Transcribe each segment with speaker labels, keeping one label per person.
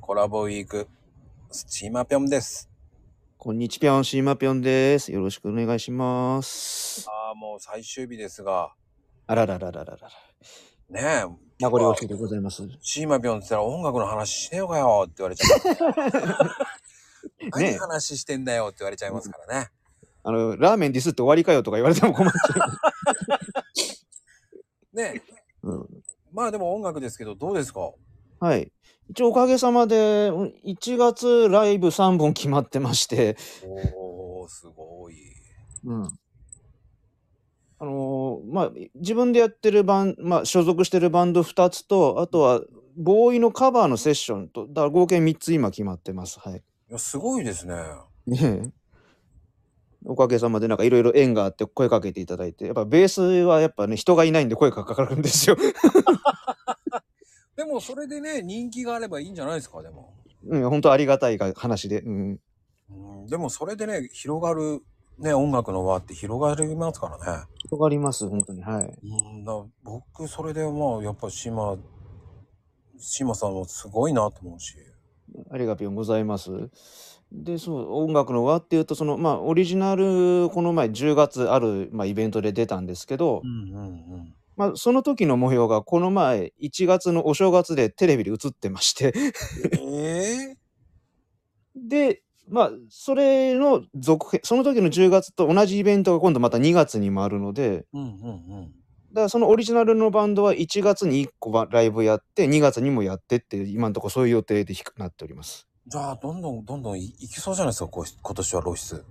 Speaker 1: コラボウィーク、スチーマぴょんです。
Speaker 2: こんにちぴょん、シーマぴょんです。よろしくお願いします。
Speaker 1: ああ、もう最終日ですが、
Speaker 2: あららららららら。
Speaker 1: ねえ、
Speaker 2: 名残惜しいでございます。
Speaker 1: チーマぴょんって言ったら音楽の話してよかよって言われちゃう。
Speaker 2: ね
Speaker 1: 何
Speaker 2: え
Speaker 1: 話してんだよって言われちゃいますからね。
Speaker 2: あの、ラーメンディスって終わりかよとか言われても困っちゃ
Speaker 1: ねえ、
Speaker 2: う。うん、
Speaker 1: まあでも音楽ですけど、どうですか
Speaker 2: はい。一応おかげさまで、うん1月ライブ3本決まってまして、
Speaker 1: おー、すごい。
Speaker 2: うん。あのーまあ、自分でやってるバン、まあ、所属してるバンド2つと、あとは、ボーイのカバーのセッションと、だから合計3つ今決まってます。はい。
Speaker 1: いや、すごいですね。
Speaker 2: ねえ。おかげさまでなんかいろいろ縁があって声かけていただいてやっぱベースはやっぱね人がいないんで声がかかるんですよ。
Speaker 1: でもそれでね、人気があればいいんじゃないですか、でも。
Speaker 2: うん本当ありがたいが話で、うん、
Speaker 1: うん、でもそれでね、広がる、ね、音楽の輪って広がりますからね。
Speaker 2: 人があります本当にはい。
Speaker 1: うんだ僕それでまあやっぱ島島さんもすごいなと思うし
Speaker 2: ありがとうございます。でそう音楽の輪っていうとそのまあオリジナルこの前10月ある、まあ、イベントで出たんですけど、
Speaker 1: んうんうん
Speaker 2: まあ、その時の模様がこの前1月のお正月でテレビで映ってまして
Speaker 1: ええ
Speaker 2: で、まあ、それの続編、その時の10月と同じイベントが今度また2月にもあるので、
Speaker 1: うんうんうん
Speaker 2: だからそのオリジナルのバンドは1月に1個ばライブやって、2月にもやってっていう、今のところそういう予定で低くなっております。
Speaker 1: じゃあどんどんどんどんいいきそうじゃないですかこうし今年は露 出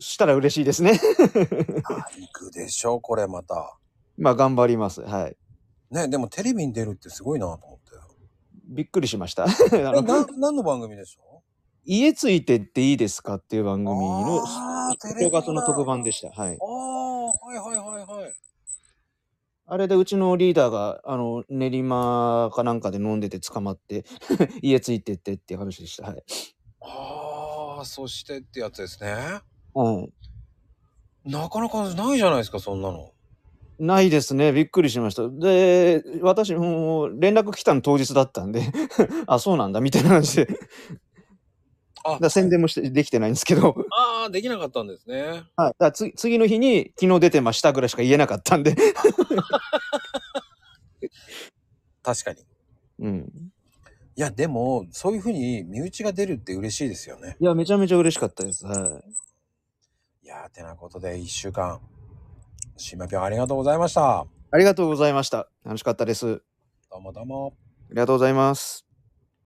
Speaker 2: したら嬉しいですね。
Speaker 1: あいくでしょうこれまた
Speaker 2: まあ、頑張ります。はい。
Speaker 1: ねでもテレビに出るってすごいなと思って
Speaker 2: びっくりしました。あ
Speaker 1: え
Speaker 2: の
Speaker 1: な何の番組でしょ
Speaker 2: 家ついてっていいですかっていう番
Speaker 1: う
Speaker 2: 組の
Speaker 1: あーテレビ
Speaker 2: 正
Speaker 1: だ
Speaker 2: 月の特番でした。はい
Speaker 1: あ。あはいはいはいはい
Speaker 2: あれでうちのリーダーが、あの、練馬かなんかで飲んでて捕まって、 家ついてってっていう話でした。はい。
Speaker 1: ああそしてってやつですね
Speaker 2: はい。
Speaker 1: なかなかないじゃないですかそんなの
Speaker 2: ないですね。びっくりしました。で、私、もう連絡来たの当日だったんで、 あ、そうなんだ、みたいな話で。
Speaker 1: あ
Speaker 2: だから宣伝もしてできてないんですけど、はい、
Speaker 1: ああ、できなかったんですね。
Speaker 2: だからつ次の日に、昨日出てましたぐらいしか言えなかったんで。
Speaker 1: 確かに。い
Speaker 2: うん。
Speaker 1: や、でも、そういうふうに身内が出るって嬉しいですよね。
Speaker 2: いや、めちゃめちゃ嬉しかったです。はい。
Speaker 1: いやー、てなことで、一週間、しまぴょんありがとうございました。
Speaker 2: ありがとうございました。楽しかったです。あ
Speaker 1: どうもどうも。
Speaker 2: りがとうございます。